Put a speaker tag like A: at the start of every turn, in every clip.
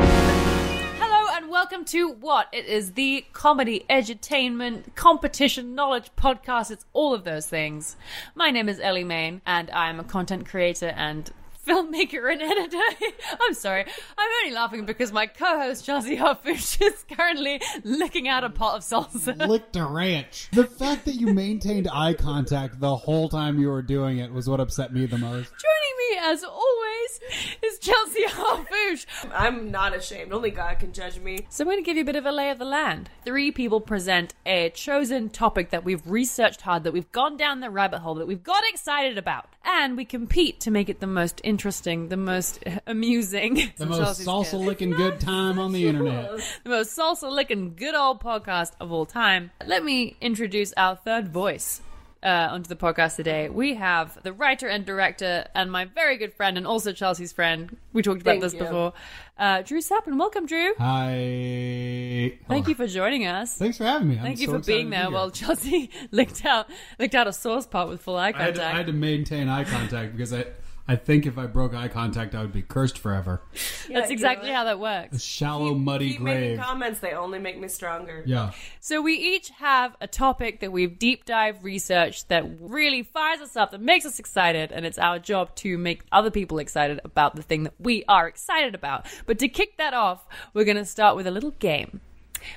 A: Hello and welcome to what? It is the comedy edutainment competition knowledge podcast. It's all of those things. My name is Ellie Main and I am a content creator and filmmaker and editor. I'm sorry. I'm only laughing because my co-host Chelsea Hoffish is currently licking out a pot of salsa.
B: licked a ranch. The fact that you maintained eye contact the whole time you were doing it was what upset me the most.
A: Joining me as always is Chelsea Hoffish.
C: I'm not ashamed. Only God can judge me.
A: So I'm going to give you a bit of a lay of the land. Three people present a chosen topic that we've researched hard, that we've gone down the rabbit hole, that we've got excited about, and we compete to make it the most interesting, the most uh, amusing,
B: The most
C: Chelsea's
B: salsa
C: kid.
B: licking good time on the internet.
A: the most salsa licking good old podcast of all time. Let me introduce our third voice. Uh, onto the podcast today, we have the writer and director, and my very good friend, and also Chelsea's friend. We talked about
C: Thank
A: this
C: you.
A: before. Uh, Drew Sappin, welcome, Drew.
B: Hi.
A: Thank
B: Oh,
A: you for joining us.
B: Thanks for having me. I'm
A: Thank you
B: so
A: for
B: excited
A: being
B: to be
A: there
B: here.
A: while Chelsea licked out licked out a sauce pot with full eye
B: I had,
A: contact.
B: to, I had to maintain eye contact because I, I think if I broke eye contact, I would be cursed forever.
A: That's exactly how that works.
B: Shallow, muddy
C: Keep
B: grave.
C: making comments. They only make me stronger.
B: Yeah.
A: So we each have a topic that we've deep dive researched that really fires us up, that makes us excited, and it's our job to make other people excited about the thing that we are excited about. But to kick that off, we're going to start with a little game.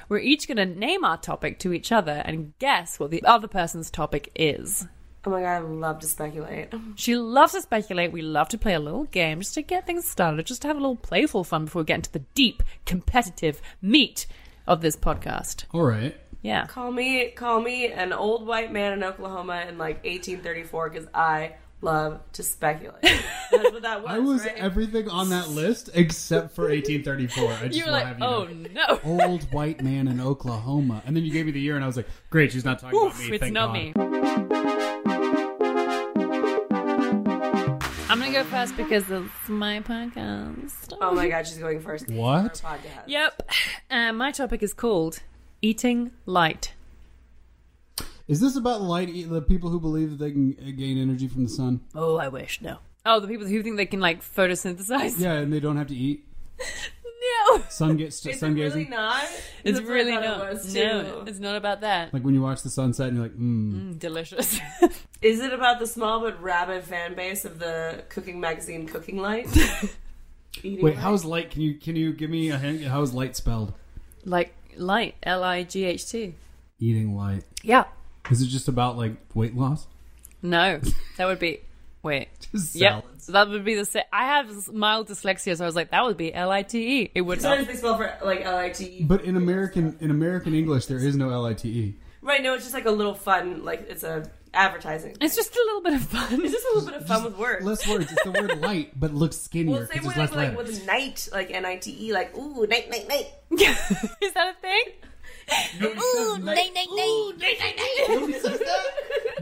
A: We're each going to name our topic to each other and guess what the other person's topic is.
C: Oh my God, I love to speculate.
A: She loves to speculate. We love to play a little game just to get things started, just to have a little playful fun before we get into the deep, competitive meat of this podcast.
B: All right.
A: Yeah.
C: Call me, call me an old white man in Oklahoma in like 1834 because I love to speculate. That's what that was.
B: I was
C: right?
B: everything on that list except for 1834. I just
A: You were
B: will
A: like,
B: have you
A: oh
B: know.
A: no.
B: Old white man in Oklahoma. And then you gave me the year, and I was like, great, she's not talking about Oh, me.
A: it's
B: thank
A: not
B: God.
A: me. I'm going to go first because it's my podcast.
C: Oh my God, she's going first.
B: What?
C: Podcast.
A: Yep. Uh, my topic is called Eating Light.
B: Is this about light? e, The people who believe that they can uh, gain energy from the sun?
A: Oh, I wish. No. Oh, the people who think they can like photosynthesize.
B: Yeah, and they don't have to eat.
A: No.
B: Sun gets
C: Is
B: sun
C: it
B: gazing.
C: really not?
A: It's
C: That's what I
A: really
C: thought it
A: not.
C: was,
A: no,
C: too.
A: it's not about that.
B: Like when you watch the sunset, and you're like, mm.
A: Delicious.
C: Is it about the small but rabid fan base of the cooking magazine Cooking Light? Eating
B: Wait,
C: light?
B: how's light? Can you can you give me a hint? How's light spelled?
A: like light, L I G H T.
B: Eating light.
A: Yeah.
B: Is it just about like weight loss?
A: No, that would be. Wait.
B: Just
A: Yep.
B: salads.
A: So that would be the same. I have mild dyslexia, so I was like, that would be L I T E. It would not.
C: Sometimes they spell for like L I T E.
B: But in American in American English, there is no L I T E.
C: Right, no, it's just like a little fun, like it's a advertising.
A: It's just a little bit of fun.
C: It's just a little bit of fun with words.
B: Less words. It's the word light, but looks skinnier
C: well,
B: 'cause
C: same way
B: it's less
C: like, like
B: letters.
C: with night, like N I T E, like ooh, night, night, night.
A: Is that a thing?
B: Ooh,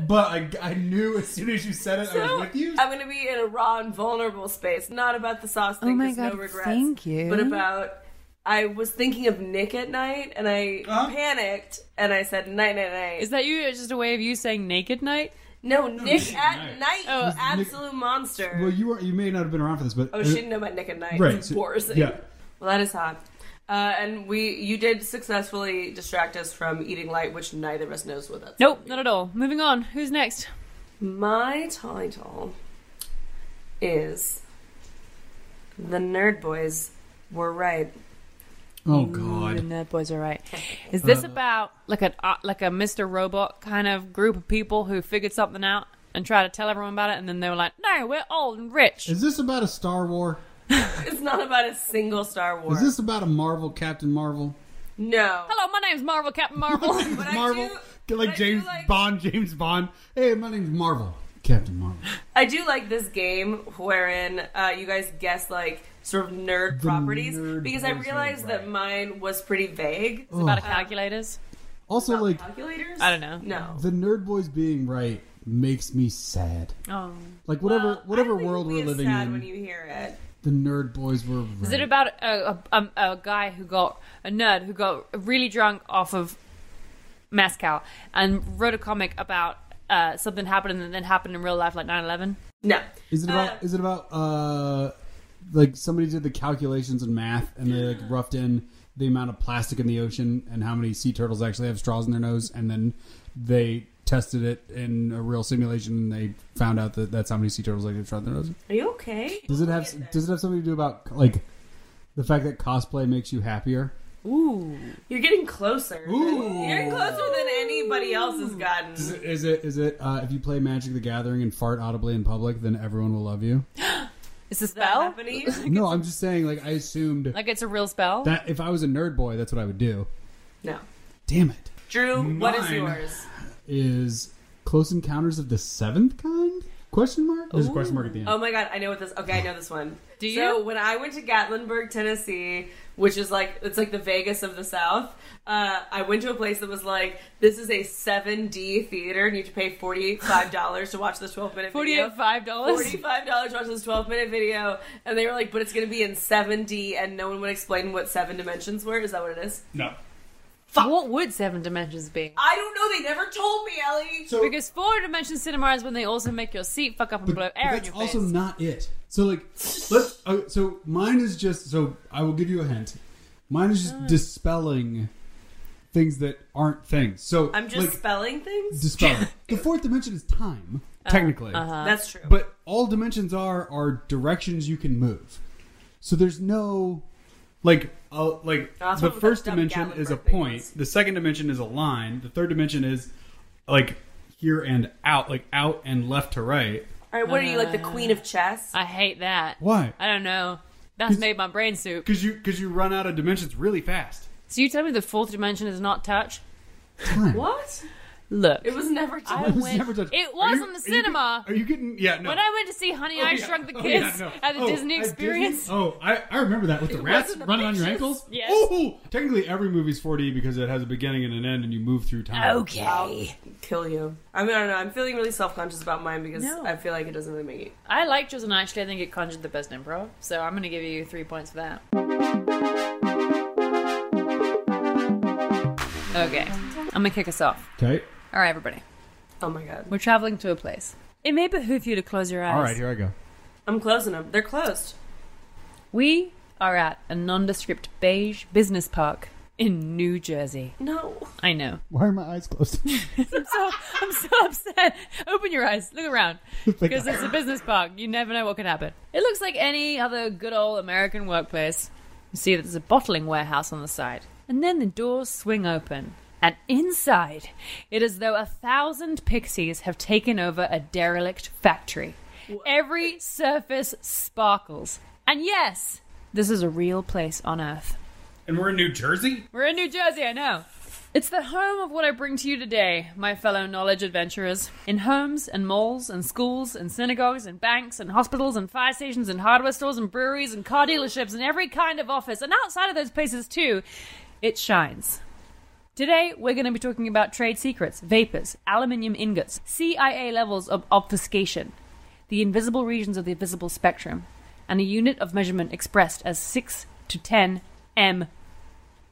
B: But I, I knew as soon as you said it, I was with you.
C: I'm gonna be in a raw and vulnerable space, not about the sauce thing.
A: my
C: 'cause
A: God,
C: no regrets,
A: thank you.
C: But about I was thinking of Nick at night, and I
B: Huh?
C: panicked, and I said night, night, night.
A: Is that you? It's just a way of you saying naked night?
C: no, Nick
B: Nick at
C: at
B: Night.
C: night,
A: Oh,
C: you absolute monster.
B: Well, you were you may not have been around for this, but uh,
C: oh, she didn't know about Nick at night.
B: right?
C: it's
B: so-
C: embarrassing.
B: yeah.
C: Well, that is hot. Uh, and we, you did successfully distract us from eating light, which neither of us knows what that's.
A: Nope, not at all. Moving on. Who's next?
C: My title is "The Nerd Boys Were Right."
B: Oh
C: Mm.
A: The
B: God.
A: nerd boys are right. Is this about like an uh, like a Mr. Robot kind of group of people who figured something out and tried to tell everyone about it, and then they were like, "No, we're old and rich."
B: Is this about a Star War?
C: It's not about a single Star Wars.
B: Is this about a Marvel Captain Marvel?
C: no?
A: Hello, my name's Marvel Captain Marvel.
C: I
B: Marvel,
C: do-
B: Get
C: but I
B: like
C: do
B: James
C: like-
B: Bond, James Bond. Hey, my name's Marvel, Captain Marvel.
C: I do like this game wherein uh, you guys guess like sort of nerd properties
B: nerd
C: because I
B: boys are
C: realized that
B: right.
C: mine was pretty vague.
A: it's about a calculators.
B: Also, like
C: Calculators?
A: I don't know.
C: No.
B: the nerd boys being right makes me sad.
A: Oh,
B: Like whatever
C: Well, Uh, I
B: whatever
C: don't think
B: world
C: you'll be
B: we're
C: as
B: living
C: sad
B: in,
C: when you hear it.
B: the nerd boys were right.
A: is it about a, a, um, a guy who got a nerd who got really drunk off of Moscow and wrote a comic about uh, something happened and then happened in real life, like 9 11?
C: No.
B: Is it about?
C: Uh,
B: is it about? Uh, like somebody did the calculations and math, and they like roughed in the amount of plastic in the ocean and how many sea turtles actually have straws in their nose, and then they tested it in a real simulation, and they found out that that's how many sea turtles actually have straws in their nose.
C: Are you okay?
B: Does it have? Does it have something to do about like the fact that cosplay makes you happier?
A: Ooh.
C: You're getting closer.
B: Ooh.
C: You're closer than anybody else has gotten.
B: Is it? Is it? Is it uh, if you play Magic the Gathering and fart audibly in public, then everyone will love you?
A: It's a
C: Is that
A: spell?
C: happening?
B: No, I'm just saying. Like I assumed
A: Like it's a real spell?
B: that if I was a nerd boy, that's what I would do.
C: No.
B: Damn it.
C: Drew, what is
B: Mine.
C: yours?
B: is Close Encounters of the Seventh Kind? Question mark? There's a question mark at the end.
C: Oh my god, I know what this. Okay, I know this one.
A: Do you?
C: So when I went to Gatlinburg, Tennessee, which is like it's like the Vegas of the South, uh, I went to a place that was like this is a 7D theater, and you have to pay forty five dollars to watch this 12 minute video.
A: $48, $5?
C: Forty-five dollars watch this twelve-minute video, and they were like, "But it's going to be in seven D," and no one would explain what seven dimensions were. Is that what it is?
B: no.
A: What would seven dimensions be?
C: I don't know. They never told me, Ellie.
B: So
A: Because four dimension cinema is when they also make your seat fuck up and blow air in
B: that's
A: your face.
B: also not it. So like let's uh, so mine is just so I will give you a hint. Mine is just dispelling things that aren't things. So
C: I'm just
B: like,
C: spelling things.
B: dispelling. the fourth dimension is time, technically.
C: That's true.
B: But all dimensions are are directions you can move. So there's no like uh, like
C: That's
B: the
C: what
B: first
C: that dumb
B: dimension is a
C: Gatlinburg thing
B: point.
C: was.
B: The second dimension is a line. The third dimension is like here and out, like out and left to right.
C: All right, what are you like the queen of chess?
A: I hate that.
B: Why?
A: I don't know. That's made my brain soup.
B: Because you because you run out of dimensions really fast.
A: So you tell me the fourth dimension is not touch?
B: Time.
C: What?
A: Look.
C: It was never.
A: I
B: It was
A: went-
B: never touched.
A: it
B: Are
A: was
B: you-
A: in the
B: are you get-
A: cinema.
B: Are you getting? Yeah, no.
A: When I went to see Honey,
B: Oh,
A: I
B: yeah.
A: Shrunk the
B: Oh, yeah,
A: Kids
B: no.
A: at the
B: Oh,
A: Disney
B: at
A: Experience.
B: Oh, I, I remember that with the rats
C: wasn't the
B: running on your
C: pictures.
B: ankles.
A: Yes.
B: Ooh, technically every movie's 4D because it has a beginning and an end, and you move through time.
C: I'll kill you. I mean, I don't know. I'm feeling really self conscious about mine because
A: No.
C: I feel like it doesn't really make it.
A: I like Jaws and actually I think it conjured the best improv. So I'm going to give you three points for that. Okay. I'm going to kick us off.
B: Okay.
A: All right, everybody.
C: Oh my god.
A: We're traveling to a place. It may behoove you to close your eyes.
B: All right, here I go.
C: I'm closing them. They're closed.
A: We are at a nondescript beige business park in New Jersey.
C: No.
A: I know.
B: Why are my eyes closed?
A: I'm so, I'm so upset. Open your eyes. Look around. Because it's a business park. You never know what could happen. It looks like any other good old American workplace. You see that there's a bottling warehouse on the side. And then the doors swing open. And inside, it is though a thousand pixies have taken over a derelict factory. Every surface sparkles. And yes, this is a real place on Earth.
B: and we're in New Jersey.
A: We're in New Jersey, I know. It's the home of what I bring to you today, my fellow knowledge adventurers. In homes and malls and schools and synagogues and banks and hospitals and fire stations and hardware stores and breweries and car dealerships and every kind of office and outside of those places too, it shines. Today, we're going to be talking about trade secrets, vapors, aluminium ingots, CIA levels of obfuscation, the invisible regions of the visible spectrum, and a unit of measurement expressed as 6 to 10 M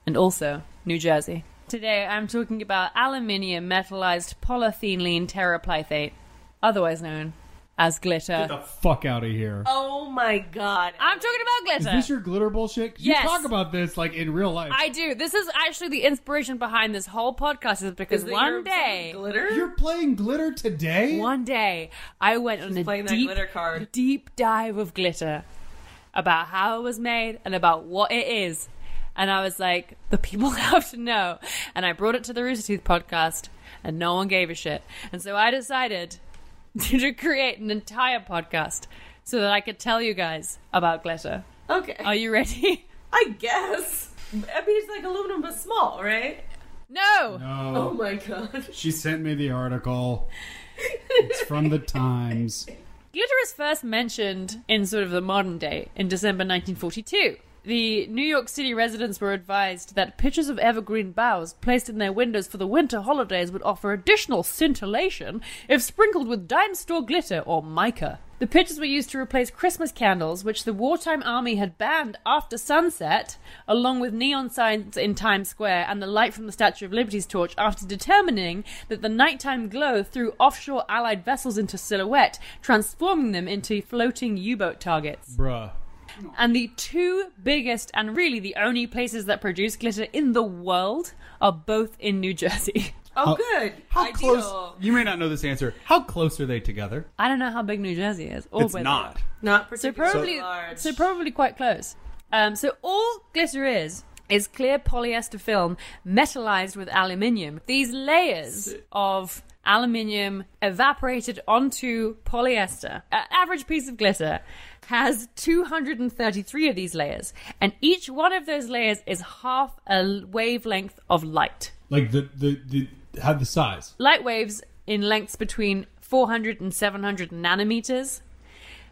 A: and also New Jersey. Today I'm talking about aluminium metallized polyethylene terephthalate, otherwise known as
B: Get
A: glitter.
B: the fuck out of here.
C: Oh my god.
A: I'm talking about
B: Is
A: glitter.
B: this your glitter bullshit? 'Cause
A: Yes.
B: You talk about this like in real life.
A: I do. This is actually the inspiration behind this whole podcast is because
C: Is that your
A: one
C: obsession
A: day
C: with Glitter?
B: You're playing glitter today.
A: one day I went on a
C: playing that
A: deep,
C: glitter card.
A: deep dive of glitter about how it was made and about what it is. And I was like, the people have to know. And I brought it to the Rooster Teeth podcast, and no one gave a shit. And so I decided to create an entire podcast so that I could tell you guys about glitter.
C: okay.
A: Are you ready?
C: I guess. I mean, it's like aluminum but small, right?
A: No!
C: Oh
B: No.
C: my god.
B: She sent me the article. It's from the Times.
A: Glitter is first mentioned in sort of the modern day in December 1942. The New York City residents were advised that pictures of evergreen boughs placed in their windows for the winter holidays would offer additional scintillation if sprinkled with dime store glitter or mica. The pictures were used to replace Christmas candles, which the wartime army had banned after sunset, along with neon signs in Times Square and the light from the Statue of Liberty's torch, after determining that the nighttime glow threw offshore Allied vessels into silhouette, transforming them into floating U boat targets.
B: Bruh.
A: And the two biggest and really the only places that produce glitter in the world are both in New Jersey.
C: Oh, good.
D: How
C: Ideal.
D: close? You may not know this answer. How close are they together?
A: I don't know how big New Jersey is. Or
D: it's
A: whether-
D: not.
C: Not
A: So
C: particularly
A: probably
C: large.
A: so probably quite close. Um, so all glitter is is clear polyester film metallized with aluminium. These layers of aluminium evaporated onto polyester. An average piece of glitter has 233 of these layers, and each one of those layers is half a l- wavelength of light.
B: Like the the the have the size.
A: Light waves in lengths between 400 and 700 nanometers.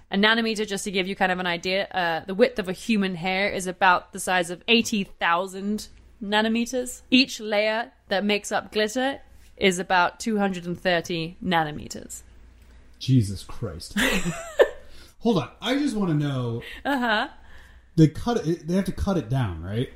A: A nanometer, just to give you kind of an idea, uh, the width of a human hair is about the size of 80,000 nanometers. Each layer that makes up glitter is about 230 nanometers.
B: Jesus Christ. Hold on. I just want to know. Uh huh. They cut it. They have to cut it down, right?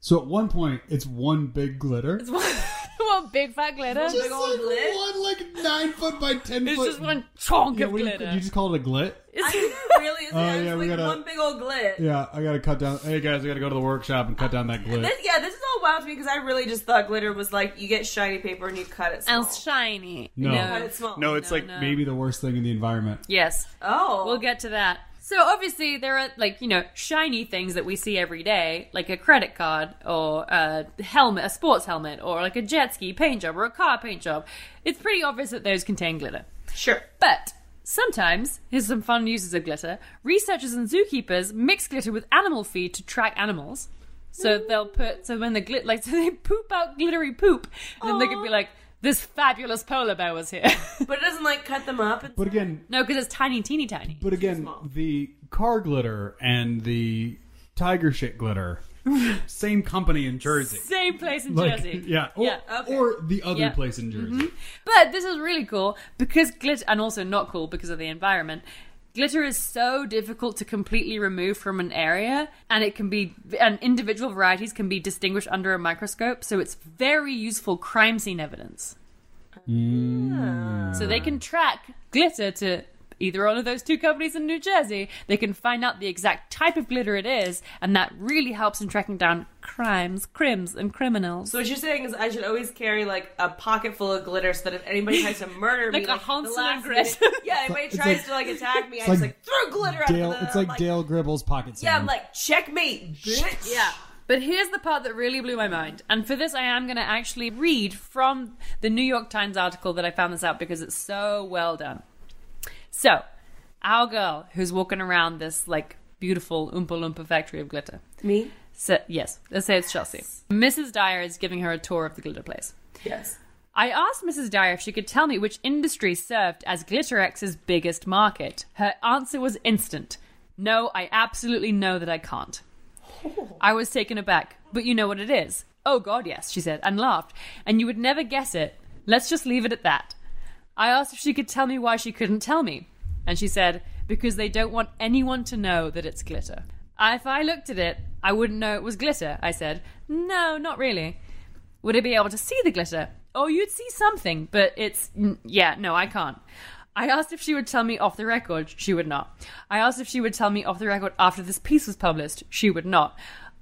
B: So at one point, it's one big glitter. It's
A: One big fat glitter.
B: just
C: big old
B: like
C: glit?
B: one like nine foot by ten
A: It's
B: foot.
A: just one chunk
B: Yeah,
A: of
B: what do you-
A: glitter.
B: you just call it a glit?
C: I think it really is
B: Oh,
C: it's
B: yeah, we
C: like
B: gotta-
C: one big old glit. Yeah.
B: Yeah, I gotta cut down. Hey guys, I gotta go to the workshop and cut down that glit.
C: This, yeah, this is all wild to me because I really just thought glitter was like you get shiny paper and you cut it small.
A: and shiny.
B: No.
C: Cut
A: Oh,
C: it small.
D: No, it's like
B: Maybe the worst thing in the environment.
A: Yes.
C: Oh.
A: We'll get to that. So obviously there are like you know shiny things that we see every day, like a credit card or a helmet, a sports helmet, or like a jet ski paint job or a car paint job. It's pretty obvious that those contain glitter.
C: Sure.
A: But sometimes, here's some fun uses of glitter. Researchers and zookeepers mix glitter with animal feed to track animals. So they'll put so when the glit like so they poop out glittery poop, and then they could be like, "This fabulous polar bear was here."
C: But it doesn't like cut them up. It's
B: But again,
A: no, because it's tiny, teeny, tiny.
B: but again,
C: small.
B: the car glitter and the tiger shit glitter, same company in Jersey.
A: Same place in
B: Like,
A: Jersey.
B: yeah, Oh. or,
A: Yeah,
C: okay.
B: or the other
A: Yeah. Mm-hmm.
B: place in Jersey.
A: But this is really cool because glitter, and also not cool because of the environment. Glitter is so difficult to completely remove from an area, and it can be, and individual varieties can be distinguished under a microscope. So it's very useful crime scene evidence.
B: Mm.
A: So they can track glitter to either one of those two companies in New Jersey. They can find out the exact type of glitter it is, and that really helps in tracking down crimes, crims, and criminals.
C: So what you're saying is I should always carry like a pocket full of glitter so that if anybody tries to murder
A: Like
C: me,
A: a Hansel
C: the
A: and
C: last
A: Gretel.
C: minute- yeah, anybody
B: It's
C: tries
B: like-
C: to like attack me, I
B: it's
C: just
B: like
C: like throw glitter at
B: Dale,
C: them.
B: it's like,
C: I'm
B: Dale Gribble's pocket
C: Yeah, I'm
B: sand.
C: like checkmate, bitch.
A: Yeah. But here's the part that really blew my mind. And for this, I am going to actually read from the New York Times article that I found this out because it's so well done. So, our girl who's walking around this like beautiful Oompa Loompa factory of glitter.
C: Me?
A: So, yes, let's say it's Chelsea. Mrs. Dyer is giving her a tour of the glitter place.
C: Yes.
A: I asked Mrs. Dyer if she could tell me which industry served as GlitterX's biggest market. Her answer was instant. No, I absolutely know that I can't. I was taken aback, but you know what it is. Oh god, yes, she said, and laughed. And you would never guess it. Let's just leave it at that. I asked if she could tell me why she couldn't tell me. And she said, because they don't want anyone to know that it's glitter. If I looked at it, I wouldn't know it was glitter, I said. No, not really. Would I be able to see the glitter? Oh, you'd see something, but it's. n- Yeah, no, I can't. I asked if she would tell me off the record. She would not. I asked if she would tell me off the record after this piece was published. She would not.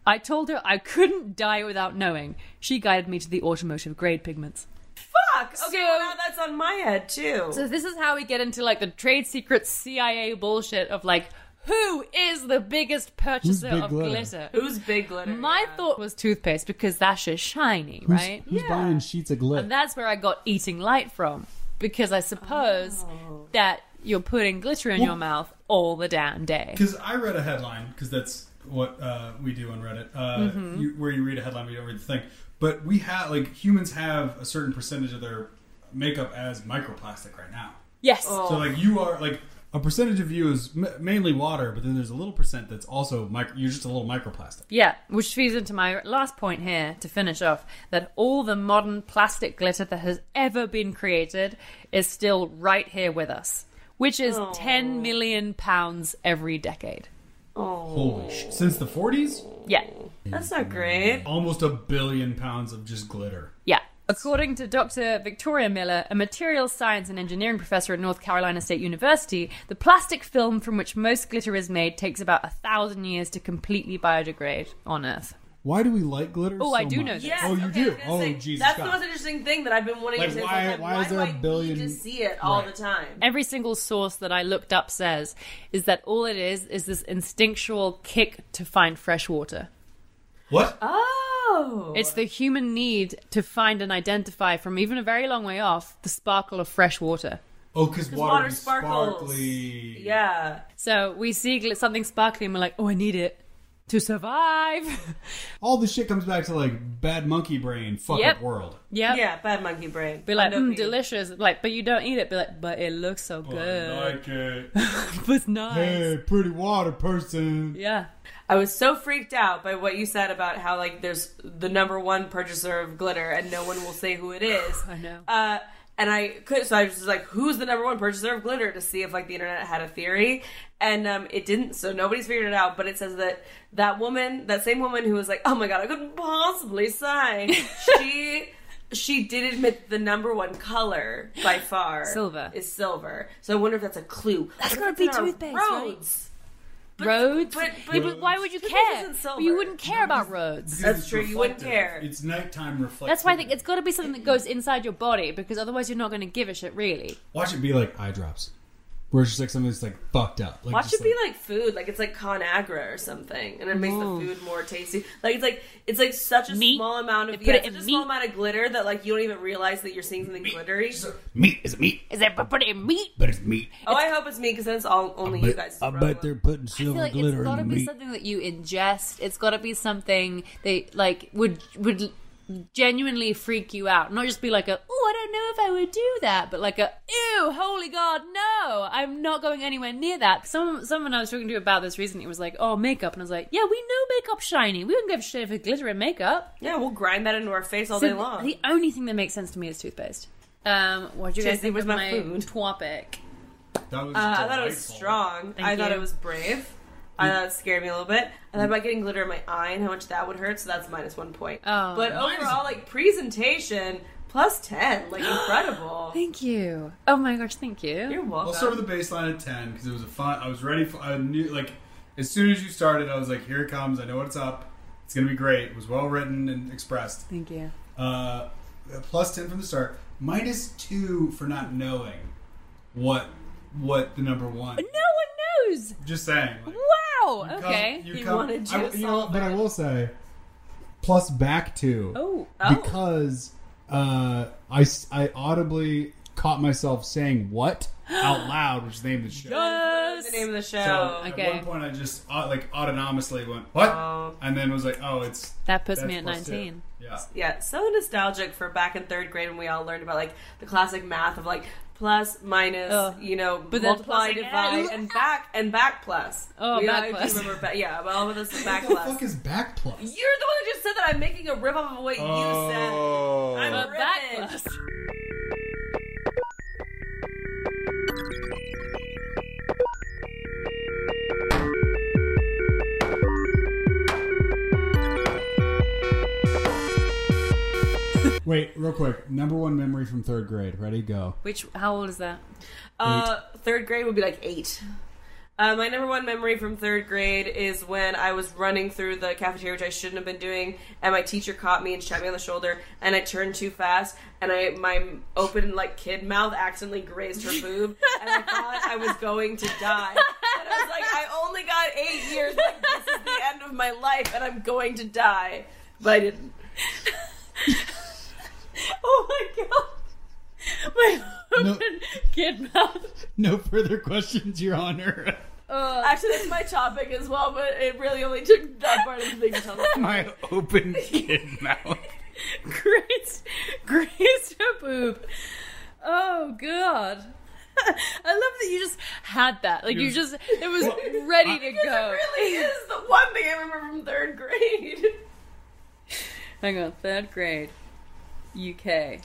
A: I told her I couldn't die without knowing. She guided me to the automotive grade pigments.
C: Fuck. Okay, well now that's on my head too.
A: So this is how we get into like the trade secret CIA bullshit of like who is the biggest purchaser
B: big
A: of
B: glitter?
A: glitter?
C: Who's big glitter?
A: My thought was toothpaste because that's just shiny,
B: Who's,
A: right?
B: who's buying sheets of glit?
A: And that's where I got eating light from because I suppose that you're putting glitter in your mouth all the damn day.
D: Because I read a headline, because that's what uh, we do on Reddit, uh,
A: Mm-hmm.
D: you, where you read a headline, we don't read the thing. But we have, like, humans have a certain percentage of their makeup as microplastic right now.
A: Yes.
B: Oh.
D: So, like, you are, like, a percentage of you is m- mainly water, but then there's a little percent that's also micro. You're just a little microplastic.
A: Yeah, which feeds into my last point here to finish off that all the modern plastic glitter that has ever been created is still right here with us, which is 10 million pounds every decade.
C: Oh,
D: Holy sh! Since the 40s,
A: Yeah,
C: that's not great.
D: almost a billion pounds of just glitter.
A: yeah. According to Dr. Victoria Miller, a materials science and engineering professor at North Carolina State University, the plastic film from which most glitter is made takes about a thousand years to completely biodegrade on Earth.
B: Why do we like glitter?
A: Oh,
B: so
A: I do
B: much?
A: know this.
C: Yes,
D: Oh, you
C: okay,
D: do?
C: I was gonna
D: Oh,
C: say,
D: Jesus
C: That's
D: God.
C: the most interesting thing that I've been wanting
D: Like,
C: to say.
D: why-
C: Why, time.
B: why
C: why
B: is there
C: do
B: a
C: I need
B: billion-
C: to see it all the time?
A: every single source that I looked up says is that all it is is this instinctual kick to find fresh water.
D: What?
C: Uh, Oh,
A: It's the human need to find and identify from even a very long way off the sparkle of fresh water.
D: Oh, because water,
C: water
D: is
C: sparkles.
D: sparkly.
C: yeah.
A: So we see gl- something sparkly and we're like, oh, I need it to survive.
D: All this shit comes back to like bad monkey brain, fuck
A: Yep.
D: up world.
A: yep.
C: Yeah, bad monkey brain.
A: Be like,
C: Undo
A: mm,
C: pee.
A: delicious. Like, but you don't eat it. Be like, but it looks
B: Oh,
A: so good.
D: it.
A: It was nice.
D: Hey, pretty water person.
A: Yeah.
C: I was so freaked out by what you said about how like there's the number one purchaser of glitter and no one will say who it is.
A: I know.
C: Uh, and I could, so I was just like, who's the number one purchaser of glitter to see if like the internet had a theory, and um, it didn't. So nobody's figured it out. But it says that that woman, that same woman who was like, oh my god, I couldn't possibly sign. she she did admit the number one color by far
A: Silver.
C: is silver. So I wonder if that's a clue. That's
A: gotta be toothpaste, right?
C: roads.
A: roads.
C: but-
A: Yeah,
C: but-
A: why would you
C: Because
A: care?
C: it's silver.
A: You wouldn't care about roads.
D: Because
C: That's
D: it's
C: true, you wouldn't
D: reflective.
C: care.
D: It's nighttime reflective.
A: That's why I think it's got to be something that goes inside your body because otherwise you're not going to give a shit, really.
D: Watch it be like eye drops.
B: Where it's just like something that's like fucked up. Like,
C: Watch
B: just
C: it be like food, like it's like Conagra or something, and it makes
A: No.
C: the food more tasty. Like it's like it's like such a
A: Meat.
C: small amount of
A: They put
C: yeah,
A: it in
C: such a
A: meat.
C: small amount of glitter that like you don't even realize that you're seeing something glittery.
B: meat is meat,
A: Is it but put it in meat?
B: but it's meat.
C: oh, I hope it's me because that's all only you guys.
B: I bet they're putting
A: I feel
B: silver
A: like it's
B: glitter
A: got to
B: in the
A: be
B: meat.
A: something that you ingest. It's got to be something that like would would genuinely freak you out, not just be like a oh I don't know if I would do that, but like a ew holy god no I'm not going anywhere near that. Someone someone I was talking to about this recently was like oh makeup and I was like yeah we know makeup's shiny we don't give a shit if it's glitter and makeup.
C: yeah, we'll grind that into our face all
A: So
C: day
A: th-
C: long.
A: The only thing that makes sense to me is toothpaste. Um, what do you guys
C: Jesse,
A: think
C: where's
A: of
C: my
A: my,
C: food?
A: topic?
D: That was
C: uh, I thought it was
D: delightful.
C: strong.
A: Thank
C: I thought
A: you.
C: it was brave. I thought it scared me a little bit. I thought about getting glitter in my eye and how much that would hurt. So that's minus one point.
A: Oh.
C: but overall, like presentation plus ten, like incredible.
A: Thank you. Oh my gosh, thank you.
C: You're welcome.
D: I'll start with the baseline at ten because it was a fun. I was ready for. I knew like as soon as you started, I was like, "Here it comes! I know what's up. It's gonna be great." It was well written and expressed.
A: Thank you.
D: Uh, plus ten from the start. Minus two for not knowing what what the number one.
A: No one knows.
D: Just saying. like,
A: Wow.
D: you come-
A: okay.
D: you
C: You
D: come-
C: wanted
D: I-
C: to
D: you know,
B: But I will say, plus back to
A: oh.
C: Oh.
B: because uh, I s- I audibly caught myself saying what out loud, which is the name of the show.
C: That's
A: Yes.
C: the name of the
D: So
C: show.
A: Okay.
D: at one point, I just uh, like autonomously went what,
C: Oh.
D: and then was like, "Oh, it's
A: That puts me
D: that's
A: at
D: plus two."
A: 19.
D: Yeah.
C: Yeah, so nostalgic for back in third grade when we all learned about like the classic math of like plus, minus,
A: Ugh.
C: you know,
A: But then plus
C: multiply,
A: again.
C: divide, and back and back plus.
A: Oh,
C: We-
A: back
C: I do
A: plus.
C: Remember back, yeah, about all of this is back
B: What the fuck
C: plus.
B: is Oh. back plus?
C: You're the one who just said that. I'm making a rip off of what you said.
A: But
C: I'm
A: that
C: ripping.
A: was-
B: Wait, real quick. Number one memory from third grade. Ready? Go.
A: Which? How old is that?
C: Uh, third grade would be like eight. Uh, my number one memory from third grade is when I was running through the cafeteria, which I shouldn't have been doing, and my teacher caught me and shot me on the shoulder, and I turned too fast, and I my open like kid mouth accidentally grazed her boob, and I thought I was going to die. And I was like, I only got eight years. Like, this is the end of my life, and I'm going to die, but I didn't.
A: Oh my god. My
B: No.
A: open kid mouth.
B: No further questions, Your Honor.
A: Uh,
C: Actually, that's my topic as well, but it really only took that part of the thing to tell. the-
B: My open kid mouth.
A: grazed, grazed her boob. Oh god.
C: I love
A: that you just had that. Like you
D: was-
A: just it was ready to
C: Because
A: go.
C: it really is the one thing I remember from third grade.
A: Hang on, third grade, UK.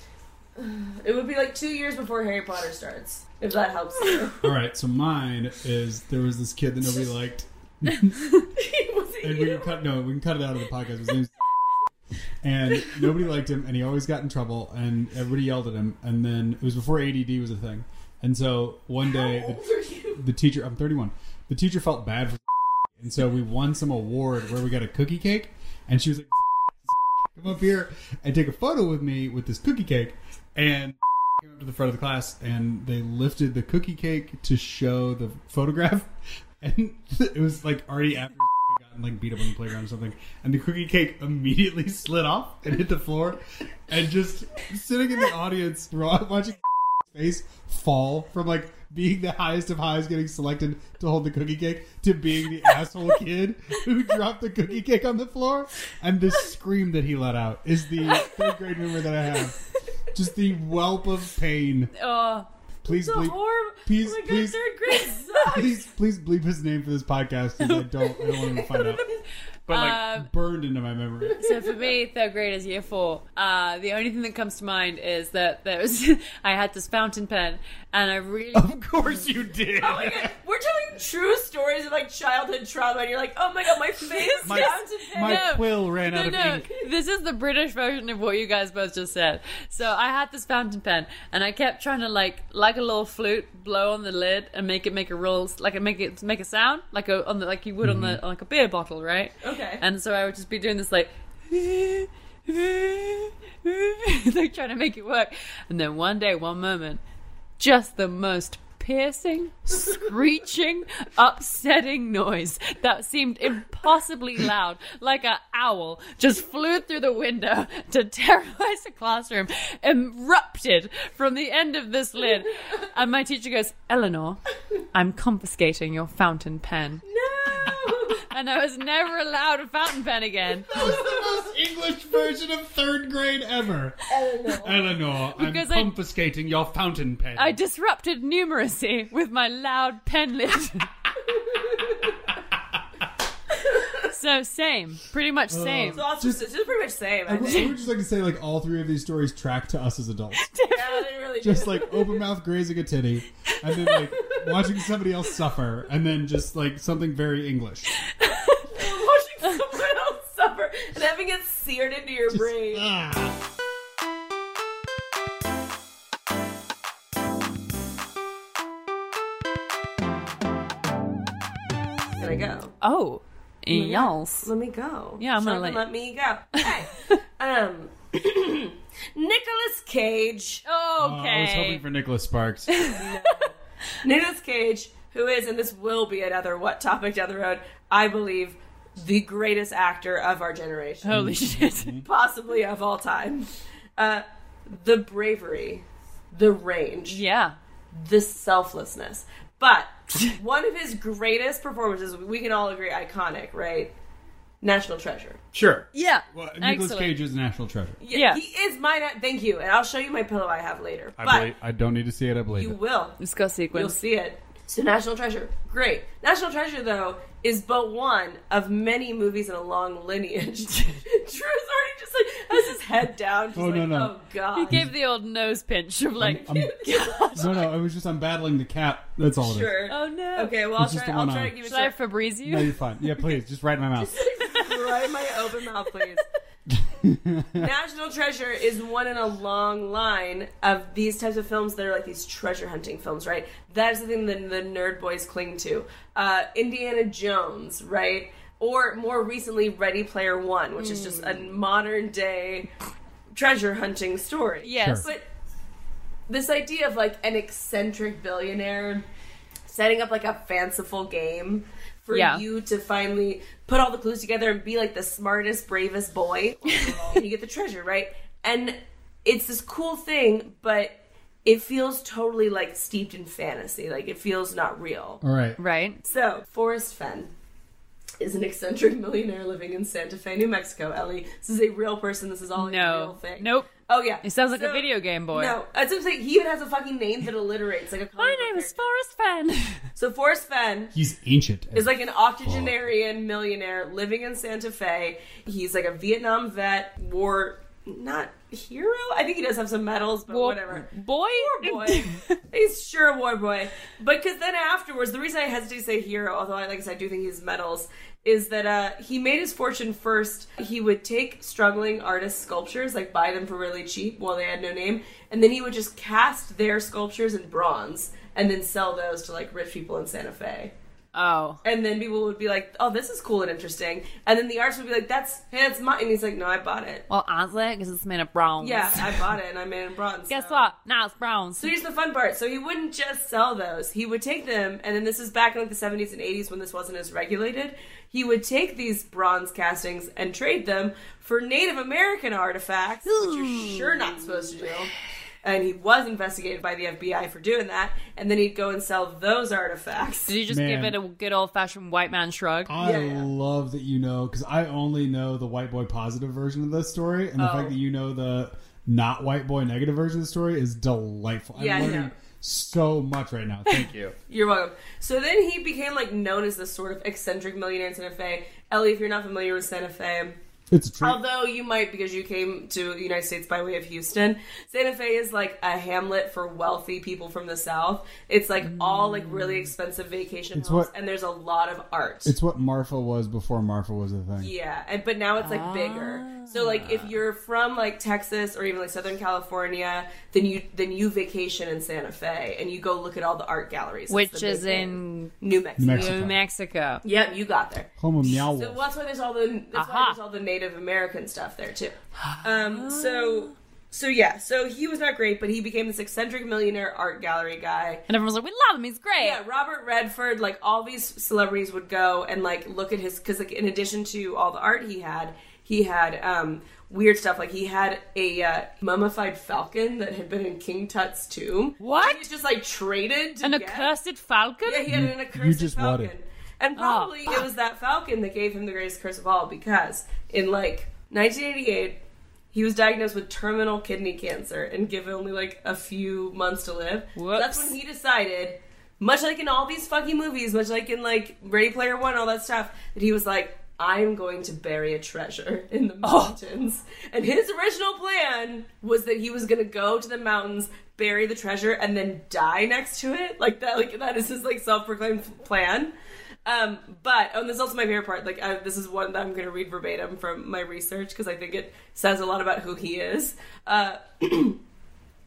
C: It would be like two years before Harry Potter starts, if that helps you.
B: All right, so mine is there was this kid that nobody liked.
C: Was it
B: And we
C: you?
B: can cut no, we can cut it out of the podcast. His name's and nobody liked him, and he always got in trouble, and everybody yelled at him. And then it was before ADD was a thing, and so one day
C: How
B: the
C: old were you?
B: the teacher i'm 31 the teacher felt bad for and so we won some award where we got a cookie cake and she was like come up here and take a photo with me with this cookie cake and came up to the front of the class and they lifted the cookie cake to show the photograph and it was like already after we gotten like beat up on the playground or something and the cookie cake immediately slid off and hit the floor and just sitting in the audience raw watching face fall from like being the highest of highs getting selected to hold the cookie cake to being the asshole kid who dropped the cookie cake on the floor and the scream that he let out is the third grade memory that I have. Just the whelp of pain.
A: Oh,
B: Please
C: It's a
B: bleep
C: horror.
B: please,
C: oh my god,
B: please.
C: third grade sucks.
B: please please bleep his name for this podcast because I don't I don't want him to find out.
D: But like,
A: um,
B: Burned into my memory.
A: so for me, third grade is year four. Uh, the only thing that comes to mind is that there was I had this fountain pen, and I really
B: Of course you did.
C: Oh my god, we're telling true stories of like childhood trauma, and you're like, oh my god, my face
B: My-
C: down to
B: My
A: No.
B: quill ran out
A: No,
B: of
A: no,
B: ink.
A: this is the British version of what you guys both just said. So I had this fountain pen, and I kept trying to like, like a little flute, blow on the lid and make it make a roll, like it make it make a sound, like a on the like you would on
B: Mm-hmm.
A: the on like a beer bottle, right?
C: Okay.
A: And so I would just be doing this like, like trying to make it work. And then one day, one moment, just the most piercing, screeching, upsetting noise that seemed impossibly loud, like an owl just flew through the window to terrorize the classroom, erupted from the end of this lid. And my teacher goes, Eleanor, I'm confiscating your fountain pen.
C: no.
A: And I was never allowed a fountain pen again.
B: most English version of third grade ever.
C: Eleanor.
B: Eleanor,
A: Because I-
B: I'm confiscating your fountain pen.
A: I disrupted numeracy with my loud pen lid. so same, pretty much same.
C: So also,
B: Just-
C: it's just pretty much the same. I
B: I would,
C: think.
B: I would just like to say, like, all three of these stories track to us as adults.
C: Yeah, they really do.
B: Just like open mouth grazing a titty, and then like watching somebody else suffer, and then just like something very English.
C: watching someone else suffer and having it seared into your brain.
B: Ah. uh,
C: Can I go?
A: oh, yes.
C: Let me go.
A: Yeah, I'm gonna
C: Sean,
A: let-
C: let me go. Okay. um, Nicholas Cage.
B: Uh, I was hoping
A: Okay.
B: for Nicholas Sparks.
C: Nicholas Cage, who is, and this will be another what topic down the road. I believe the greatest actor of our generation,
A: Holy shit.
C: possibly of all time. Uh, the bravery, the range.
A: yeah.
C: the selflessness. But one of his greatest performances, we can all agree, iconic, right? National Treasure.
B: Sure.
A: Yeah.
B: Well, Nicholas
A: Excellent.
B: Cage is a national treasure.
A: Yeah.
C: he is my. Na- thank you, and I'll show you my pillow I have later.
B: I
C: but
B: believe. I don't need to see it. I believe
C: you
B: it.
C: will.
A: Let's go
C: You'll
A: sequence.
C: see it. So National Treasure, great. National Treasure though is but one of many movies in a long lineage. Drew's already just like has his head down. Just
B: Oh,
C: like,
B: no, no.
C: Oh god.
A: He gave the old nose pinch of like,
B: I'm, no, no. It was just I'm battling the cat. That's all. It is.
C: sure.
A: oh no.
C: Okay. Well, I'll
B: It's just
C: try.
B: the
C: I'll
B: one
C: try
B: eye.
C: to give it
A: Should
C: to
A: I Febreze you?
B: No, you're fine. Yeah, please, just right in my mouth.
C: right in my open mouth, please. National Treasure is one in a long line of these types of films that are like these treasure hunting films, right? That is the thing that the nerd boys cling to. Uh, Indiana Jones, right? Or more recently, Ready Player One, which is just a modern day treasure hunting story.
A: yes.
B: Sure.
C: But this idea of like an eccentric billionaire setting up like a fanciful game for
A: Yeah.
C: you to finally put all the clues together and be like the smartest, bravest boy, and you get the treasure, right? And it's this cool thing, but it feels totally like steeped in fantasy. Like it feels not real.
B: All right.
A: Right.
C: So, Forrest Fenn is an eccentric millionaire living in Santa Fe, New Mexico. Ellie, this is a real person. This is all a real
A: No.
C: thing.
A: Nope.
C: Oh yeah,
A: It sounds like
C: So-
A: a video game boy.
C: No, that's what I'm saying. He even has a fucking name that alliterates like a.
A: My name is Forrest Fenn.
C: So Forrest Fenn
B: He's ancient.
C: is like an octogenarian millionaire living in Santa Fe. He's like a Vietnam vet, war not hero. I think he does have some medals, but
A: War
C: whatever.
A: Boy?
C: War boy. he's sure a war boy. But because then afterwards, the reason I hesitate to say hero, although I like I said, I do think he's medals, is that uh, he made his fortune first. He would take struggling artist sculptures, like buy them for really cheap while they had no name, and then he would just cast their sculptures in bronze and then sell those to like rich people in Santa Fe.
A: oh.
C: And then people would be like, "Oh, this is cool and interesting," and then the artist would be like, "That's hey, that's mine," and he's like, "No, I bought it."
A: Well, honestly, because it's made of bronze.
C: Yeah, I bought it, and I made it in bronze.
A: Guess
C: so.
A: what? Now it's bronze.
C: So here's the fun part. So he wouldn't just sell those. He would take them, and then this is back in like the 70s and 80s when this wasn't as regulated. He would take these bronze castings and trade them for Native American artifacts, which you're sure not supposed to do. And he was investigated by the FBI for doing that. And then he'd go and sell those artifacts.
A: Did you just
B: Man.
A: give it a good old fashioned white man shrug?
B: I
C: Yeah, yeah.
B: love that you know because I only know the white boy positive version of this story, and the
C: Oh.
B: fact that you know the not white boy negative version of the story is delightful. I'm
C: Yeah, I
B: learning
C: know.
B: so much right now. Thank you.
C: You're welcome. So then he became like known as this sort of eccentric millionaire in Santa Fe. Ellie, if you're not familiar with Santa Fe,
B: It's a treat.
C: Although you might because you came to the United States by way of Houston. Santa Fe is like a hamlet for wealthy people from the South. It's like all like really expensive vacation
B: Mm. It's
C: homes
B: what-
C: and there's a lot of art.
B: It's what Marfa was before Marfa was a thing.
C: yeah, and but now it's like bigger. So like
B: Ah.
C: if you're from like Texas or even like Southern California, then you then you vacation in Santa Fe and you go look at all the art galleries. It's
A: Which
C: the
A: is
C: big
A: in
C: thing. New Mexico.
B: New Mexico.
A: New Mexico.
C: Yep, you got there.
B: Home of Meow
C: So
B: Wolf.
C: that's why there's all the that's why
A: Aha.
C: there's all the Native American stuff there too. Um, so so yeah, so he was not great, but he became this eccentric millionaire art gallery guy.
A: And everyone's like, we love him, he's great.
C: Yeah, Robert Redford, like all these celebrities would go and like look at his because like in addition to all the art he had, he had um, weird stuff like he had a uh, mummified falcon that had been in King Tut's tomb.
A: What?
C: He was just like traded to
A: An
C: get.
A: accursed falcon?
C: Yeah, he had an accursed
B: you just
C: falcon.
B: wanted.
C: And probably it was that falcon that gave him the greatest curse of all because in like 1988, he was diagnosed with terminal kidney cancer and given only like a few months to live.
A: Whoops.
C: That's when he decided, much like in all these fucking movies, much like in like Ready Player One, all that stuff, that he was like, I'm going to bury a treasure in the mountains. And his original plan was that he was going to go to the mountains, bury the treasure, and then die next to it. Like that, like that is his like self-proclaimed plan. Um, but oh, and this is also my favorite part. Like I, this is one that I'm going to read verbatim from my research because I think it says a lot about who he is. Uh,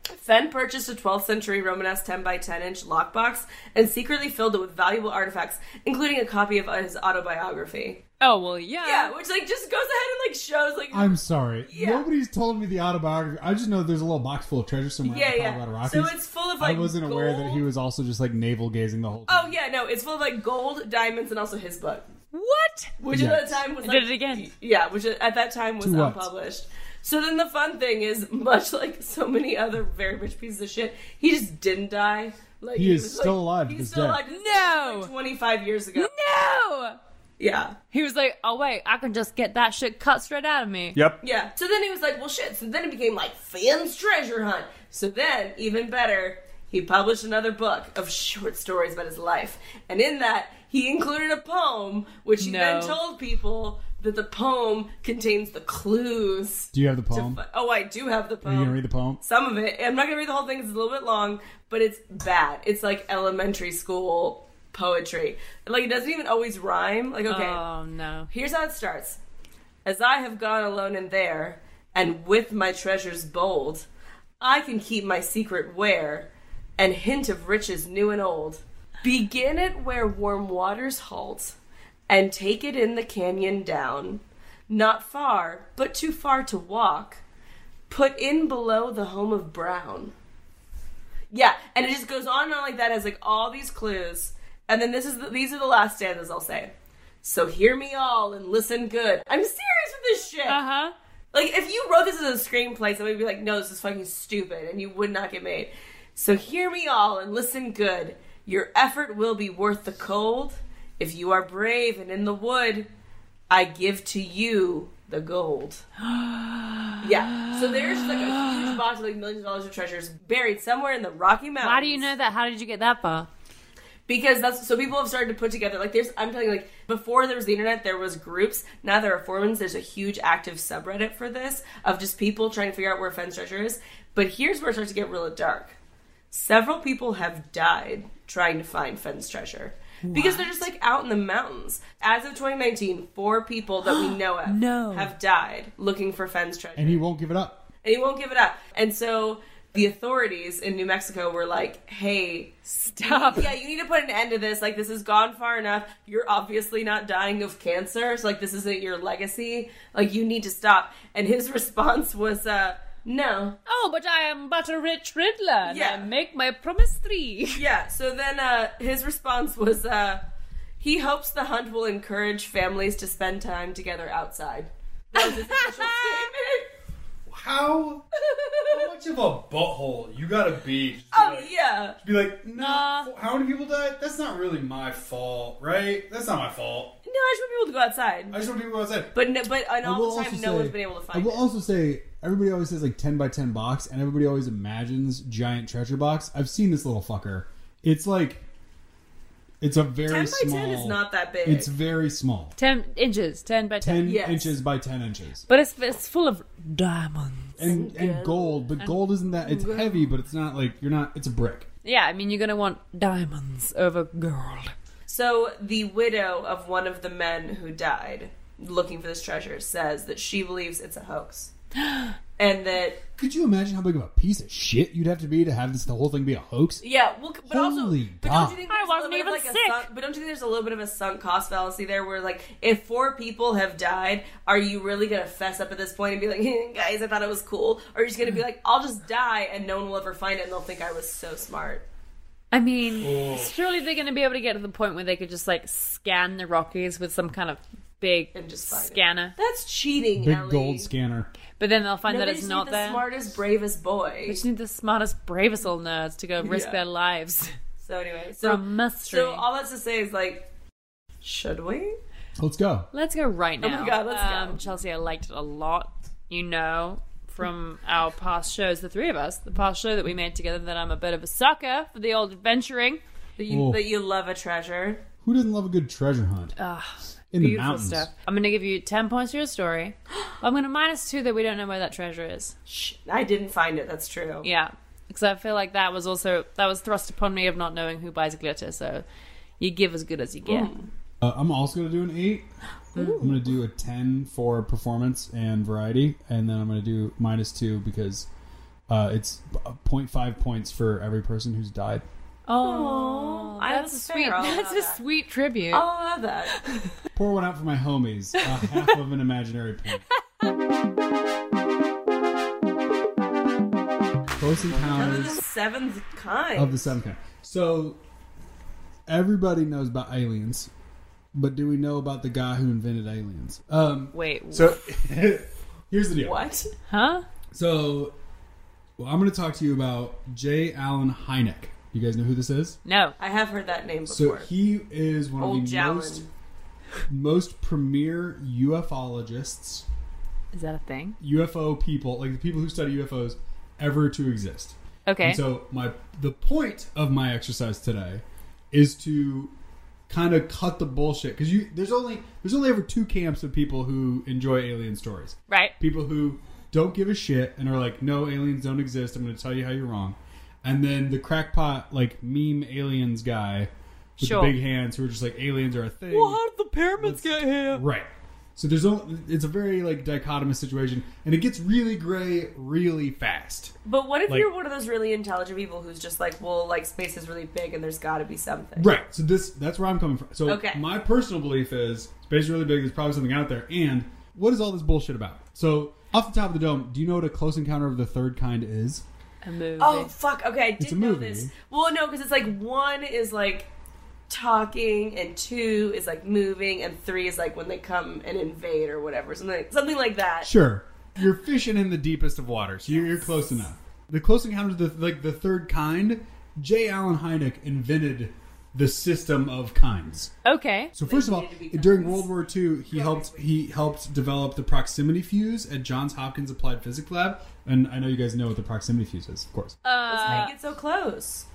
C: Fenn purchased a 12th century Romanesque 10 by 10 inch lockbox and secretly filled it with valuable artifacts, including a copy of his autobiography.
A: Oh, well, yeah.
C: Yeah, which like just goes ahead and like shows like
B: I'm sorry.
C: Yeah.
B: Nobody's told me the autobiography. I just know there's a little box full of treasure somewhere. in
C: yeah
B: the
C: yeah.
B: Colorado Rockies.
C: So it's full of like
B: I wasn't aware that he
C: gold-
B: was also just like navel gazing the whole time.
C: Oh yeah, no, it's full of like gold, diamonds, and also his book,
A: What?
C: which at
B: Yes.
C: that time was
A: I
C: like,
A: did it again.
C: Yeah, which at that time was
B: Two what?
C: unpublished. So then the fun thing is, much like so many other very rich pieces of shit, he just didn't die. Like
B: He is
C: was,
B: still
C: like-
B: alive to
C: He's
B: this
C: still
B: day.
C: alive. This is,
A: No.
C: like, twenty-five years ago.
A: No!
C: Yeah.
A: He was like, oh, wait, I can just get that shit cut straight out of me.
B: Yep.
C: Yeah. So then he was like, well, shit. So then it became like Finn's treasure hunt. So then, even better, he published another book of short stories about his life. And in that, he included a poem, which he then
A: No.
C: told people that the poem contains the clues.
B: Do you have the
C: to
B: poem?
C: fi- oh, I do have the poem.
B: Are you gonna read the poem?
C: Some of it. I'm not going to read the whole thing, 'cause it's a little bit long, but it's bad. It's like elementary school poetry. Like, it doesn't even always rhyme. Like, okay.
A: Oh, no.
C: Here's how it starts. As I have gone alone in there, and with my treasures bold, I can keep my secret where, and hint of riches new and old. Begin it where warm waters halt, and take it in the canyon down. Not far, but too far to walk. Put in below the home of Brown. Yeah, and it just goes on and on like that as like all these clues. And then this is the, these are the last stanzas I'll say. So hear me all and listen good. I'm serious with this shit.
A: Uh huh.
C: Like, if you wrote this as a screenplay, somebody would be like, no, this is fucking stupid, and you would not get made. So hear me all and listen good. Your effort will be worth the cold. If you are brave and in the wood, I give to you the gold. yeah. So there's like a huge box of like millions of dollars of treasures buried somewhere in the Rocky Mountains.
A: How do you know that? How did you get that far?
C: Because that's so people have started to put together like there's I'm telling you like before there was the internet there was groups now there are forums there's a huge active subreddit for this of just people trying to figure out where Fenn's treasure is but here's where it starts to get really dark several people have died trying to find Fenn's treasure because they're just like out in the mountains as of 2019 four people that we know of
A: No.
C: have died looking for Fenn's treasure
B: and he won't give it up.
C: and he won't give it up. And so the authorities in New Mexico were like, "Hey,
A: Stop.
C: yeah, you need to put an end to this. Like, this has gone far enough. You're obviously not dying of cancer, so like, this isn't your legacy. Like, you need to stop." And his response was, uh, "No,
A: Oh, but I am but a rich riddler. and
C: Yeah.
A: I make my promise three.
C: Yeah, so then uh, his response was uh, he hopes the hunt will encourage families to spend time together outside. That was his official statement.
D: How, how much of a butthole you gotta be? Just be
C: Oh,
D: like-
C: yeah.
D: Be like, nah.
A: Nah.
D: How many people died? That's not really my fault, right? That's not my fault.
C: No, I just want people to go
D: I
C: outside.
D: just want people to go outside.
C: But, no, but and
B: I
C: all
B: will
C: the
B: also
C: time, no
B: say-
C: one's been able to
B: I
C: find
B: will
C: it.
B: also say everybody always says like ten by ten box, and everybody always imagines giant treasure box. I've seen this little fucker. It's like it's a very
C: 10 by
B: small.
C: 10 is not that big.
B: It's very small.
A: Ten inches. Ten by ten.
B: Ten
C: Yes.
B: inches by ten inches,
A: But it's, it's full of diamonds.
B: and and gold.
C: Uh,
B: But gold isn't that. It's heavy, but it's not like you're not. It's a brick.
A: Yeah, I mean, you're going to want diamonds over gold.
C: So the widow of one of the men who died looking for this treasure says that she believes it's a hoax. And that
B: Could you imagine how big of a piece of shit you'd have to be to have this the whole thing be a hoax?
C: Yeah, well, c- but also,
B: Holy
C: but don't
B: God.
C: you think
A: I
C: there's a little
A: wasn't
C: bit of,
A: even
C: like, a
A: sick.
C: sunk- but don't you think there's a little bit of a sunk cost fallacy there, where like if four people have died, are you really gonna fess up at this point and be like, guys, I thought it was cool, or are you just gonna be like, I'll just die and no one will ever find it and they'll think I was so smart.
A: I mean,
C: Oh.
A: surely they're going to be able to get to the point where they could just, like, scan the Rockies with some kind of big
C: And just find it.
A: scanner.
C: That's cheating,
B: Big
C: Ellie.
B: gold scanner.
A: But then they'll find
C: No,
A: that
C: they
A: it's
C: just
A: not
C: need the
A: there.
C: smartest,
A: They
C: bravest boy.
A: just need the smartest, bravest old nerds to go risk
C: Yeah.
A: their lives
C: So anyway, so
A: from mystery.
C: so all that's to say is like, should we?
B: Let's go.
A: Let's go right
C: Oh
A: now. Um,
C: my God, let's go.
A: Chelsea, I liked it a lot. You know from our past shows, the three of us, the past show that we made together, that I'm a bit of a sucker for the old adventuring.
C: That you
B: Oh.
C: that you love a treasure.
B: Who doesn't love a good treasure hunt?
A: Ah.
B: In the
A: Beautiful
B: mountains.
A: stuff. I'm going to give you 10 points for your story. I'm going to minus two that we don't know where that treasure is.
C: Shh, I didn't find it. That's true.
A: Yeah. Because I feel like that was also, that was thrust upon me of not knowing who buys glitter. So you give as good as you get.
B: Uh, I'm also going to do an eight. I'm going to do a 10 for performance and variety. And then I'm going to do minus two because uh, it's uh, 0.5 points for every person who's died.
A: Oh,
C: I
A: that's a
C: was
A: sweet, Oh.
C: fair. I'll
A: that's
C: allow
A: a
C: that.
A: sweet tribute.
C: I'll allow Oh, that.
B: Pour one out for my homies. Uh, half of an imaginary point. Close
C: Another the
B: encounters
C: seventh kind.
B: of the seventh kind. So everybody knows about aliens, but do we know about the guy who invented aliens? Um,
A: Wait,
B: so here's the deal.
C: what?
A: huh?
B: So, well, I'm going to talk to you about J. Allen Hynek. You guys know who this is?
A: No.
C: I have heard that name
B: So
C: before.
B: he is one
C: Old
B: of the
C: Jalen.
B: most most premier ufologists,
A: Is that a thing?
B: UFO people, like the people who study UFOs, ever to exist.
A: Okay.
B: And so my the point of my exercise today is to kind of cut the bullshit because you there's only there's only ever two camps of people who enjoy alien stories.
A: right.
B: people who don't give a shit and are like, no, aliens don't exist. I'm going to tell you how you're wrong. And then the crackpot, like, meme aliens guy with
A: Sure.
B: the big hands who are just like, aliens are a thing.
A: did the pyramids get here?
B: Right. So there's only, it's a very, like, dichotomous situation. And it gets really gray really fast.
C: But what if
B: Like-
C: you're one of those really intelligent people who's just like, well, like space is really big and there's got to be something.
B: Right. So this that's where I'm coming from. So
C: Okay.
B: my personal belief is space is really big. There's probably something out there. And what is all this bullshit about? So off the top of the dome, do you know what a close encounter of the third kind is?
A: A movie.
C: Oh fuck. Okay, I
B: a
C: did know
B: movie.
C: this. Well, no, because it's like one is like talking and two is like moving and three is like when they come and invade or whatever something something like that.
B: Sure, you're fishing in the deepest of waters. You're, you're close enough. The close encounter, of the like the third kind, J. Allen Hynek invented the system of kinds.
A: Okay.
B: So first of all,
C: needed to be
B: during
C: kinds.
B: World War II, he helped he helped develop the proximity fuse at Johns Hopkins Applied Physics Lab, and I know you guys know what the proximity fuse is, of course.
A: Uh,
C: Let's make it so close.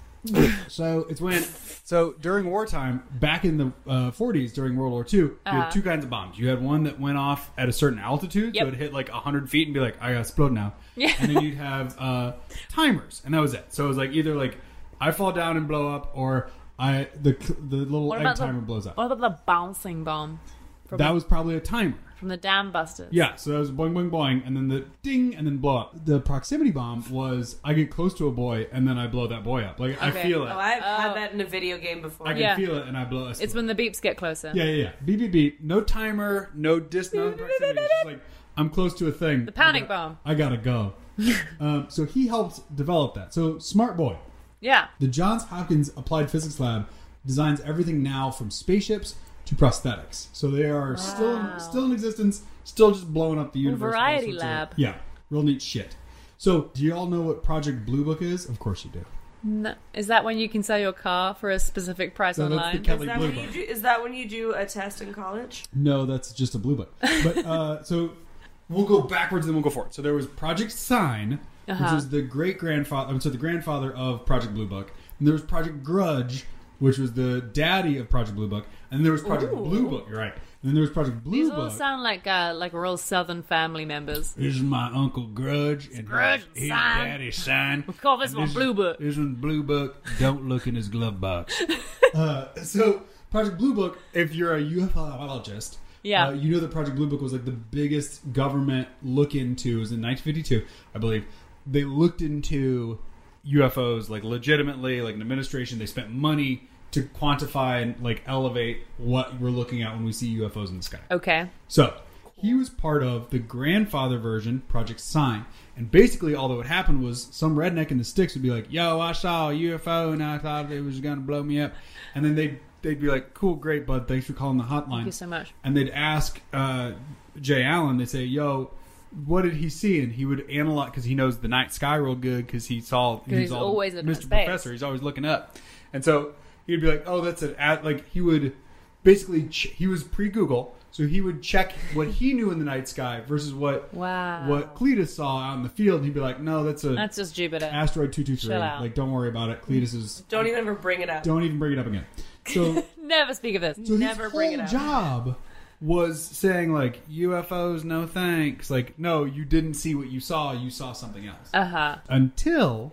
B: So it's when so during wartime, back in the uh, 40s during World War II, you
A: Uh-huh.
B: had two kinds of bombs. You had one that went off at a certain altitude,
A: Yep.
B: so it hit like 100 feet and be like, "I gotta explode now."
A: Yeah.
B: And then you'd have uh, timers, and that was it. So it was like either like I fall down and blow up, or I the the little
A: What
B: egg
A: about the-
B: timer blows up.
A: What about the bouncing bomb from,
B: That was probably a timer.
A: from the Dam Busters?
B: Yeah, so that was boing, boing, boing, and then the ding, and then blow up. The proximity bomb was I get close to a boy, and then I blow that boy up. Like I
A: Okay.
B: feel it,
C: Oh, I've
A: Oh.
C: had that in a video game before.
B: I can
A: Yeah.
B: feel it, and I blow.
A: It's when the beeps get closer.
B: Yeah, yeah, yeah. Beep, beep, beep. No timer, no distance. like, I'm close to a thing. The
A: panic
B: I
A: bomb.
B: I gotta go. um, so he helped develop that. So smart boy.
A: Yeah.
B: The Johns Hopkins Applied Physics Lab designs everything now from spaceships to prosthetics. So they are still still in existence, still just blowing up the universe. all
A: variety
B: sorts of-
A: lab.
B: yeah, real neat shit. So, do you all know what Project Blue Book is? Of course you do.
A: No- Is that when you can sell your car for a specific price
B: No, that's the
A: online?
B: Kelly
C: Is that,
B: Blue
C: when you
B: Book.
C: do, is that when you do a test in college?
B: No, that's just a blue book. But uh, so we'll go backwards and then we'll go forward. So there was Project Sign,
A: Uh-huh.
B: which is the great grandfather, um, so the grandfather of Project Blue Book. And there was Project Grudge, which was the daddy of Project Blue Book. And there was Project
C: Ooh.
B: Blue Book. You're right. And then there was Project Blue
A: These all
B: Book.
A: sound like uh, like real Southern family members.
B: This is my uncle Grudge and
A: Grudge
B: his, his
A: Sign.
B: daddy Sign. We
A: call this one Blue Book.
B: This one's Blue Book. Don't look in his glove box. uh, so Project Blue Book, if you're a ufologist,
A: Yeah.
B: uh, you know that Project Blue Book was like the biggest government look into. It was in 1952, I believe. They looked into UFOs like legitimately, like an administration. They spent money to quantify and like elevate what we're looking at when we see UFOs in the sky.
A: Okay.
B: So he was part of the grandfather version, Project Sign. And basically, all that would happen was some redneck in the sticks would be like, "Yo, I saw a UFO and I thought it was going to blow me up," and then they would they'd be like, "Cool, great, bud. Thanks for calling the hotline."
A: Thank you so much.
B: And they'd ask uh, Jay Allen. They say, "Yo." What did he see? And he would analyze because he knows the night sky real good because he saw.
A: he's
B: all the-
A: always looking at
B: Mr.
A: space.
B: Professor. He's always looking up, and so he'd be like, "Oh, that's an ad." Like he would basically ch- he was pre Google, so he would check what he knew in the night sky versus what
A: Wow.
B: what Cletus saw out in the field. He'd be like, "No, that's a
A: That's just Jupiter.
B: asteroid two two three.
A: Chill out.
B: Like, don't worry about it. Cletus is
C: Don't even ever bring it up.
B: don't even bring it up again." So
A: Never speak of this.
B: so
C: Never
B: his
C: bring
B: whole
C: it up.
B: job was saying like UFOs, no thanks. Like, no, you didn't see what you saw. You saw something else.
A: Uh huh.
B: Until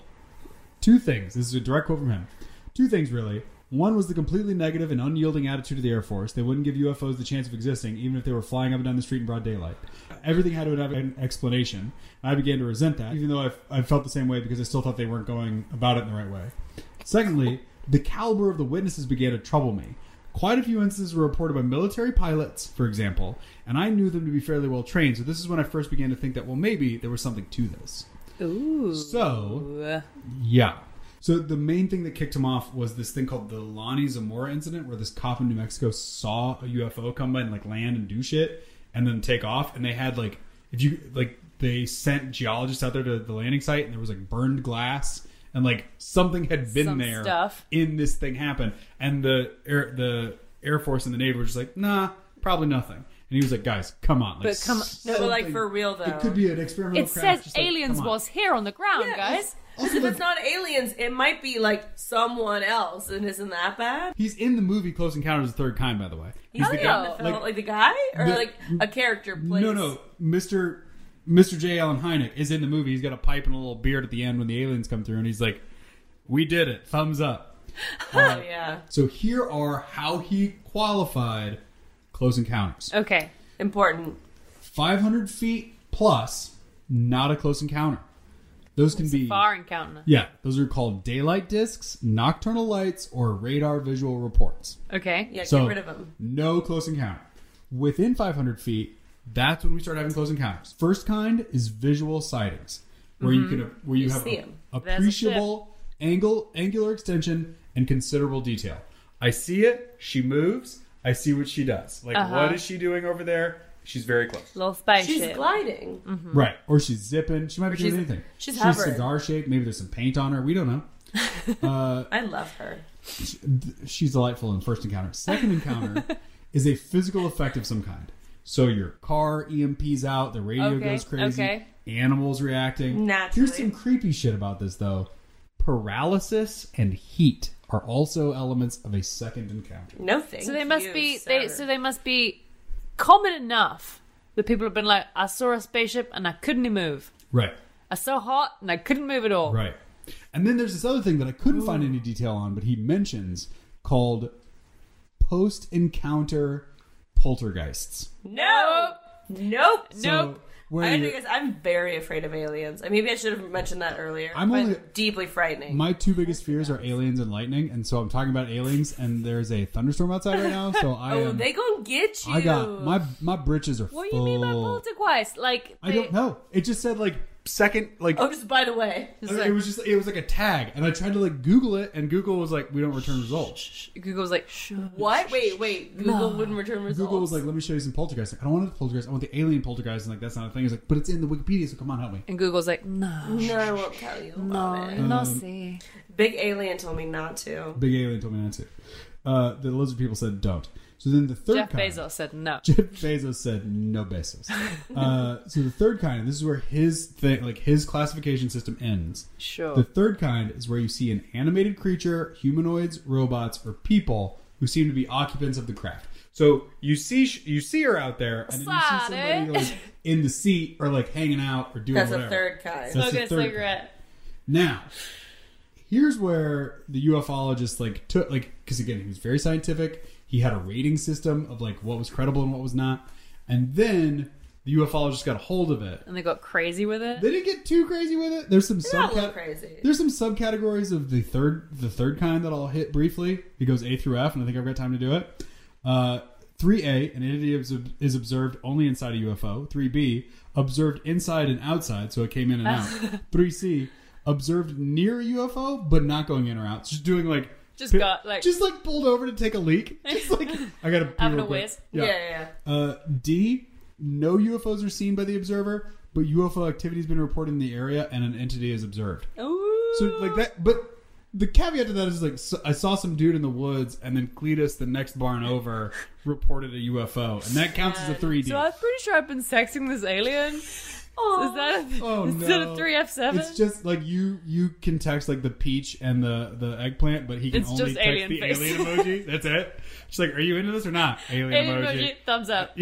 B: two things. This is a direct quote from him. Two things really. One was the completely negative and unyielding attitude of the Air Force. They wouldn't give UFOs the chance of existing, even if they were flying up and down the street in broad daylight. Everything had to have an explanation. I began to resent that, even though I, I felt the same way because I still thought they weren't going about it in the right way. Secondly, the caliber of the witnesses began to trouble me. Quite a few instances were reported by military pilots, for example, and I knew them to be fairly well trained, so this is when I first began to think that, well, maybe there was something to this.
A: Ooh.
B: So, yeah. So the main thing that kicked him off was this thing called the Lonnie Zamora incident, where this cop in New Mexico saw a UFO come by and like land and do shit, and then take off. And they had like, if you like, they sent geologists out there to the landing site, and there was like burned glass, and like something had been
A: Some
B: there
A: stuff.
B: in this thing happen. And the air, the Air Force and the Navy were just like, nah, probably nothing. And he was like, guys, come on, like,
A: But come-
C: No, but like for real though.
B: it could be an experimental.
A: It
B: craft,
A: says
B: just like,
A: aliens
B: come on.
A: was here on the ground,
C: Yeah,
A: guys.
C: Because if it's not aliens, it might be like someone else, and isn't that bad?
B: He's in the movie Close Encounters of the Third Kind, by the way. He's the
A: Oh,
B: guy.
A: yeah.
C: the film,
B: like-
C: like, the guy or
B: The-
C: like a character plays.
B: No, no, Mister Mister J. Allen Hynek is in the movie. He's got a pipe and a little beard at the end when the aliens come through, and he's like, "We did it, thumbs up."
C: Oh,
B: uh,
C: yeah,
B: So here are how he qualified Close Encounters:
A: Okay.
C: important.
B: five hundred feet plus, not a close encounter. Those can be
A: Far encounter.
B: yeah, those are called daylight discs, nocturnal lights, or radar visual reports.
A: Okay.
C: Yeah,
B: So
C: get rid of him.
B: no close encounter. Within 500 feet, that's when we start having close encounters. First kind is visual sightings, where you can where you, have
C: Mm-hmm. see
B: a-
C: 'em.
A: There's a
B: appreciable angle, angular extension, and considerable detail. I see it. She moves. I see what she does. Like,
A: Uh-huh.
B: what is she doing over there? She's very close.
A: Little spaceship.
C: She's gliding.
B: Mm. Right. Or she's zipping. She might be doing
C: Mm-hmm. she's-
B: anything.
C: she's
B: she's
C: hovering.
B: cigar shaped. Maybe there's some paint on her. We don't know. Uh,
C: I love her.
B: she's delightful in first encounter. Second encounter is a physical effect of some kind. So your car EMPs out, the radio
A: Okay,
B: goes crazy,
A: okay.
B: animals reacting.
C: Naturally.
B: Here's some creepy shit about this though. Paralysis and heat are also elements of a second encounter.
C: No thanks.
A: So they must be they so they must be common enough that people have been like, I saw a spaceship and I couldn't move.
B: Right.
A: I saw hot and I couldn't move at all.
B: Right. And then there's this other thing that I couldn't find any detail on, but he mentions called post encounter poltergeists.
C: no, nope.
A: Nope.
B: where
C: I
B: you're-
C: guess I'm very afraid of aliens. Uh, Maybe I should have mentioned that earlier.
B: I'm
C: but
B: only-
C: deeply frightening.
B: My two biggest fears are aliens and lightning, and so I'm talking about aliens. And there's a thunderstorm outside right now, so I
C: oh,
B: am.
C: they gonna get you.
B: I got my my britches are
A: What do you
B: full.
A: mean by poltergeist? Like
B: I
A: they-
B: don't know. It just said like second, like
C: Oh, just by the way,
A: it's
B: it
A: like-
B: was just it was like a tag, and I tried to like Google it, and Google was like, we don't return results.
A: Shh. Google's like shh.
C: what? Wait, wait. Google wouldn't return results.
B: Google was like, let me show you some poltergeist. Like, I don't want the poltergeist. I want the alien poltergeist. And like that's not a thing. He's like, but it's in the Wikipedia, so come on, help me.
A: And Google's like,
B: "Oh,
A: no.
C: no, I won't tell you.
A: No,
C: About it.
B: Um,
A: no see.
C: Big alien told me not to.
B: Big alien told me not to. Uh, the lizard people said don't. So then the third
A: Jeff
B: kind-
A: Bezos said no.
B: Jeff Bezos said no Bezos. Uh, so the third kind, and this is where his thing, like his classification system ends. The
A: Sure.
B: third kind is where you see an animated creature, humanoids, robots, or people who seem to be occupants of the craft. So you see, sh- you see her out there, and then you see somebody
A: Sorry.
B: like in the seat or like hanging out or doing
C: eh? That's
B: whatever.
C: a third kind.
B: That's the
A: Smoking a
B: third
A: cigarette.
B: Now, here's where the ufologist like took like because again he was very scientific. He had a rating system of like what was credible and what was not, and then the ufologist got a hold of it.
A: And they got crazy with it.
B: They didn't get too crazy with it. There's some
C: Not a little
B: subcat-
C: crazy.
B: there's some subcategories of the third the third kind that I'll hit briefly. It goes A through F, and I think I've got time to do it. Uh, 3A, an entity is, ob- is observed only inside a UFO. 3B, observed inside and outside, so it came in and out. 3C, observed near a UFO, but not going in or out. It's just doing like.
A: Just got, like-
B: Just like pulled over to take a leak. Just like. I gotta. pee
A: Having
B: real
A: a
B: quick.
A: whiz.
C: yeah, yeah. yeah.
B: Uh, D, no UFOs are seen by the observer, but UFO activity has been reported in the area and an entity is observed.
A: Ooh.
B: So like that, but the caveat to that is like so, I saw some dude in the woods, and then Cletus, the next barn over, reported a UFO, and that counts as a three D.
A: So I'm pretty sure I've been sexting this alien. Is that a,
B: Oh,
A: is that
B: no.
A: a three F seven?
B: It's just like you you can text like the peach and the the eggplant, but he can
A: It's
B: only
A: just
B: text
A: alien
B: the
A: face.
B: alien emoji. That's it. She's like, "Are you into this or not?" Alien,
A: Alien
B: emoji.
A: emoji, thumbs up.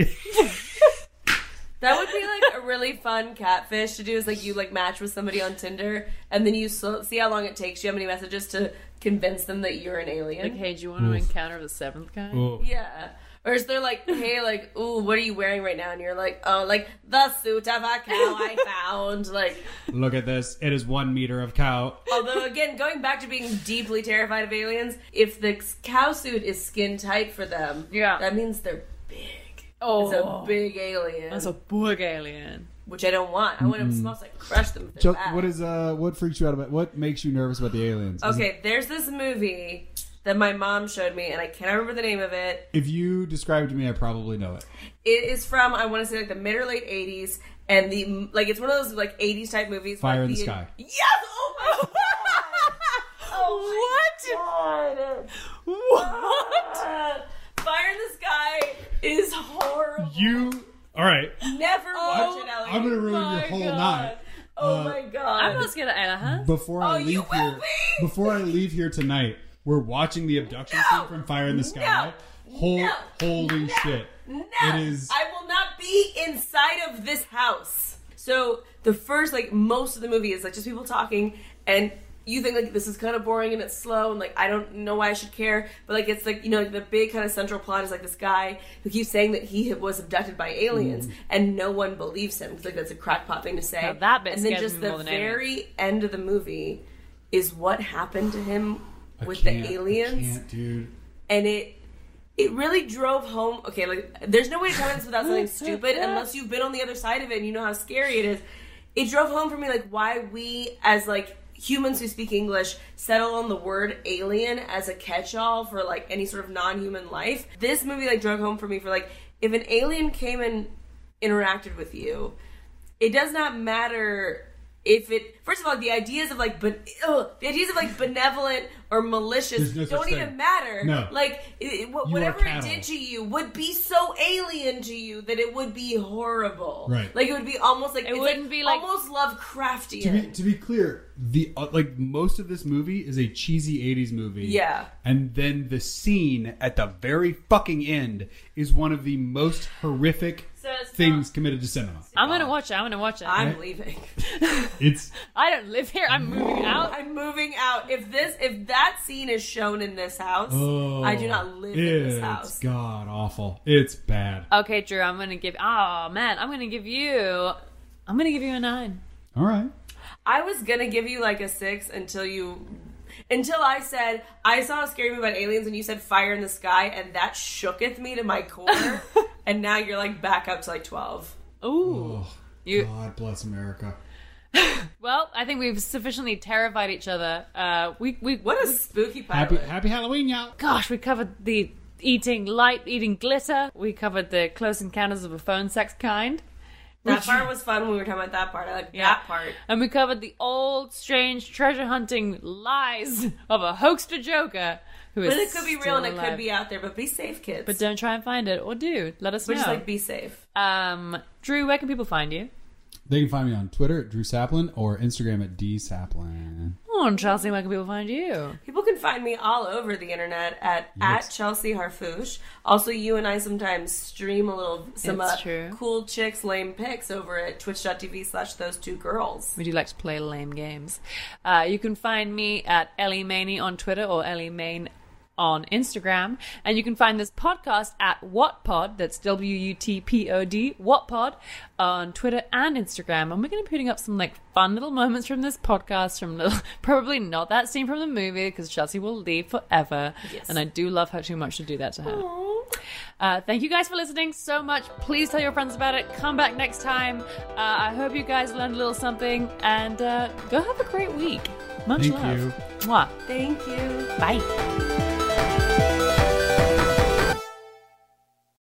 C: That would be like a really fun catfish to do. Is like you like match with somebody on Tinder, and then you sl- see how long it takes you, how many messages to convince them that you're an alien.
A: Like, hey, do you want to encounter the seventh kind?
B: Oh.
C: Yeah. Or is there like, hey, like, ooh, what are you wearing right now? And you're like, oh, like the suit of a cow I found. Like,
B: Look at this. It is one meter of cow.
C: although again, going back to being deeply terrified of aliens, if the cow suit is skin tight for them,
A: Yeah.
C: that means they're big.
A: Oh,
C: It's a big alien,
A: that's a big alien.
C: which I don't want. I want them to smell like crush them. with
B: Jo-
C: their back.
B: What is uh? What freaks you out about? What makes you nervous about the aliens? Is it-
C: Okay, there's this movie that my mom showed me, and I cannot remember the name of it.
B: If you describe it to me, I probably know it.
C: It is from I want to say like the mid or late '80s, and the like it's one of those like '80s type movies.
B: Fire
C: like,
B: in the Sky.
C: Yes! Oh my god! oh
B: Oh
C: my
A: What?
C: god! Fire in the Sky is horrible.
B: You. All right.
C: Never watch it, Ellie.
B: I'm gonna ruin your
A: my
B: whole
A: God.
B: night.
C: oh
B: uh,
C: my god!
A: I'm not scared of Anna, huh?
B: Before I
C: Oh,
B: leave
C: you will
B: here,
C: be!
B: before I leave here tonight, we're watching the abduction
C: No!
B: scene from Fire in the Sky. Hol-
C: No!
B: Holy shit!
C: No,
B: It is.
C: I will not be inside of this house. So the first, like most of the movie, is like just people talking, and you think like this is kind of boring and it's slow, and like I don't know why I should care, but like it's like you know like, the big kind of central plot is like this guy who keeps saying that he was abducted by aliens,
B: Mm.
C: and no one believes him because like that's a crackpot thing to say.
A: Now, that bit
C: and then
A: scares
C: just
A: me
C: the
A: more than aliens.
C: very end of the movie is what happened to him
B: I
C: with
B: can't,
C: the
B: I
C: aliens
B: can't, dude.
C: and it it really drove home okay like there's no way to comment this without sounding stupid unless you've been on the other side of it and you know how scary it is it drove home for me like why we as like humans who speak english settle on the word alien as a catch-all for like any sort of non-human life this movie like drove home for me for like if an alien came and interacted with you it does not matter if it first of all the ideas of like but the ideas of like benevolent or malicious
B: There's no such
C: don't even
B: thing.
C: matter
B: No.
C: like it, it- wha-
B: You are
C: whatever it
B: cattle.
C: did to you would be so alien to you that it would be horrible
B: Right.
C: like it would be almost like
A: It
C: it's
A: wouldn't be like-
C: almost lovecraftian
B: To be,
C: crafty.
B: to be clear, the uh, like most of this movie is a cheesy '80s movie.
C: Yeah.
B: and then the scene at the very fucking end is one of the most horrific
A: So it's
B: things committed to cinema.
A: I'm gonna watch it. I'm gonna watch it.
C: I'm
B: Right.
C: leaving.
B: It's
A: I don't live here. I'm moving out.
C: I'm moving out. If this, if that scene is shown in this house,
B: oh,
C: I do not live in
B: it's
C: this house.
B: god awful. It's bad.
A: Okay, Drew. I'm gonna give. Oh man, I'm gonna give you. I'm gonna give you a nine.
B: All right.
C: I was gonna give you like a six until you, until I said I saw a scary movie about aliens and you said fire in the sky and that shooketh me to my core. and now you're like back up to like twelve.
A: Ooh.
B: Oh,
A: You-
B: God bless America.
A: Well, I think we've sufficiently terrified each other. Uh, we we
C: What a spooky
B: Happy
C: pilot.
B: Happy Halloween, y'all.
A: gosh, we covered the eating light, eating glitter. We covered the close encounters of a phone sex kind.
C: that part was fun when we were talking about that part. I like
A: Yeah.
C: that part.
A: And we covered the old, strange, treasure hunting lies of a hoaxer joker who is.
C: But it could be real
A: still
C: and it
A: alive.
C: could be out there. But be safe, kids.
A: But don't try and find it, or do. Let us
C: but
A: know.
C: just like be safe.
A: um, Drew, where can people find you?
B: They can find me on Twitter at Drew Saplin or Instagram at D Saplin.
A: Oh, and Chelsea, where can people find you?
C: People can find me all over the internet at
B: Yes.
C: at Chelsea Harfouche. Also, you and I sometimes stream a little some
A: It's
C: uh,
A: true.
C: cool chicks lame pics over at twitch.tv slash those two girls.
A: We do like to play lame games. Uh, you can find me at Ellie Maney on Twitter or Ellie Main on Instagram. And you can find this podcast at WhatPod, that's W U T P O D, WhatPod, on Twitter and Instagram. And we're going to be putting up some like fun little moments from this podcast, from little, probably not that scene from the movie because Chelsea will leave forever.
C: Yes.
A: And I do love her too much to do that to her. Uh, thank you guys for listening so much. Please tell your friends about it. Come back next time. Uh, I hope you guys learned a little something and uh, go have a great week. Much
B: Thank
A: love.
B: you.
A: Mwah.
C: Thank you.
A: Bye.
C: Bye.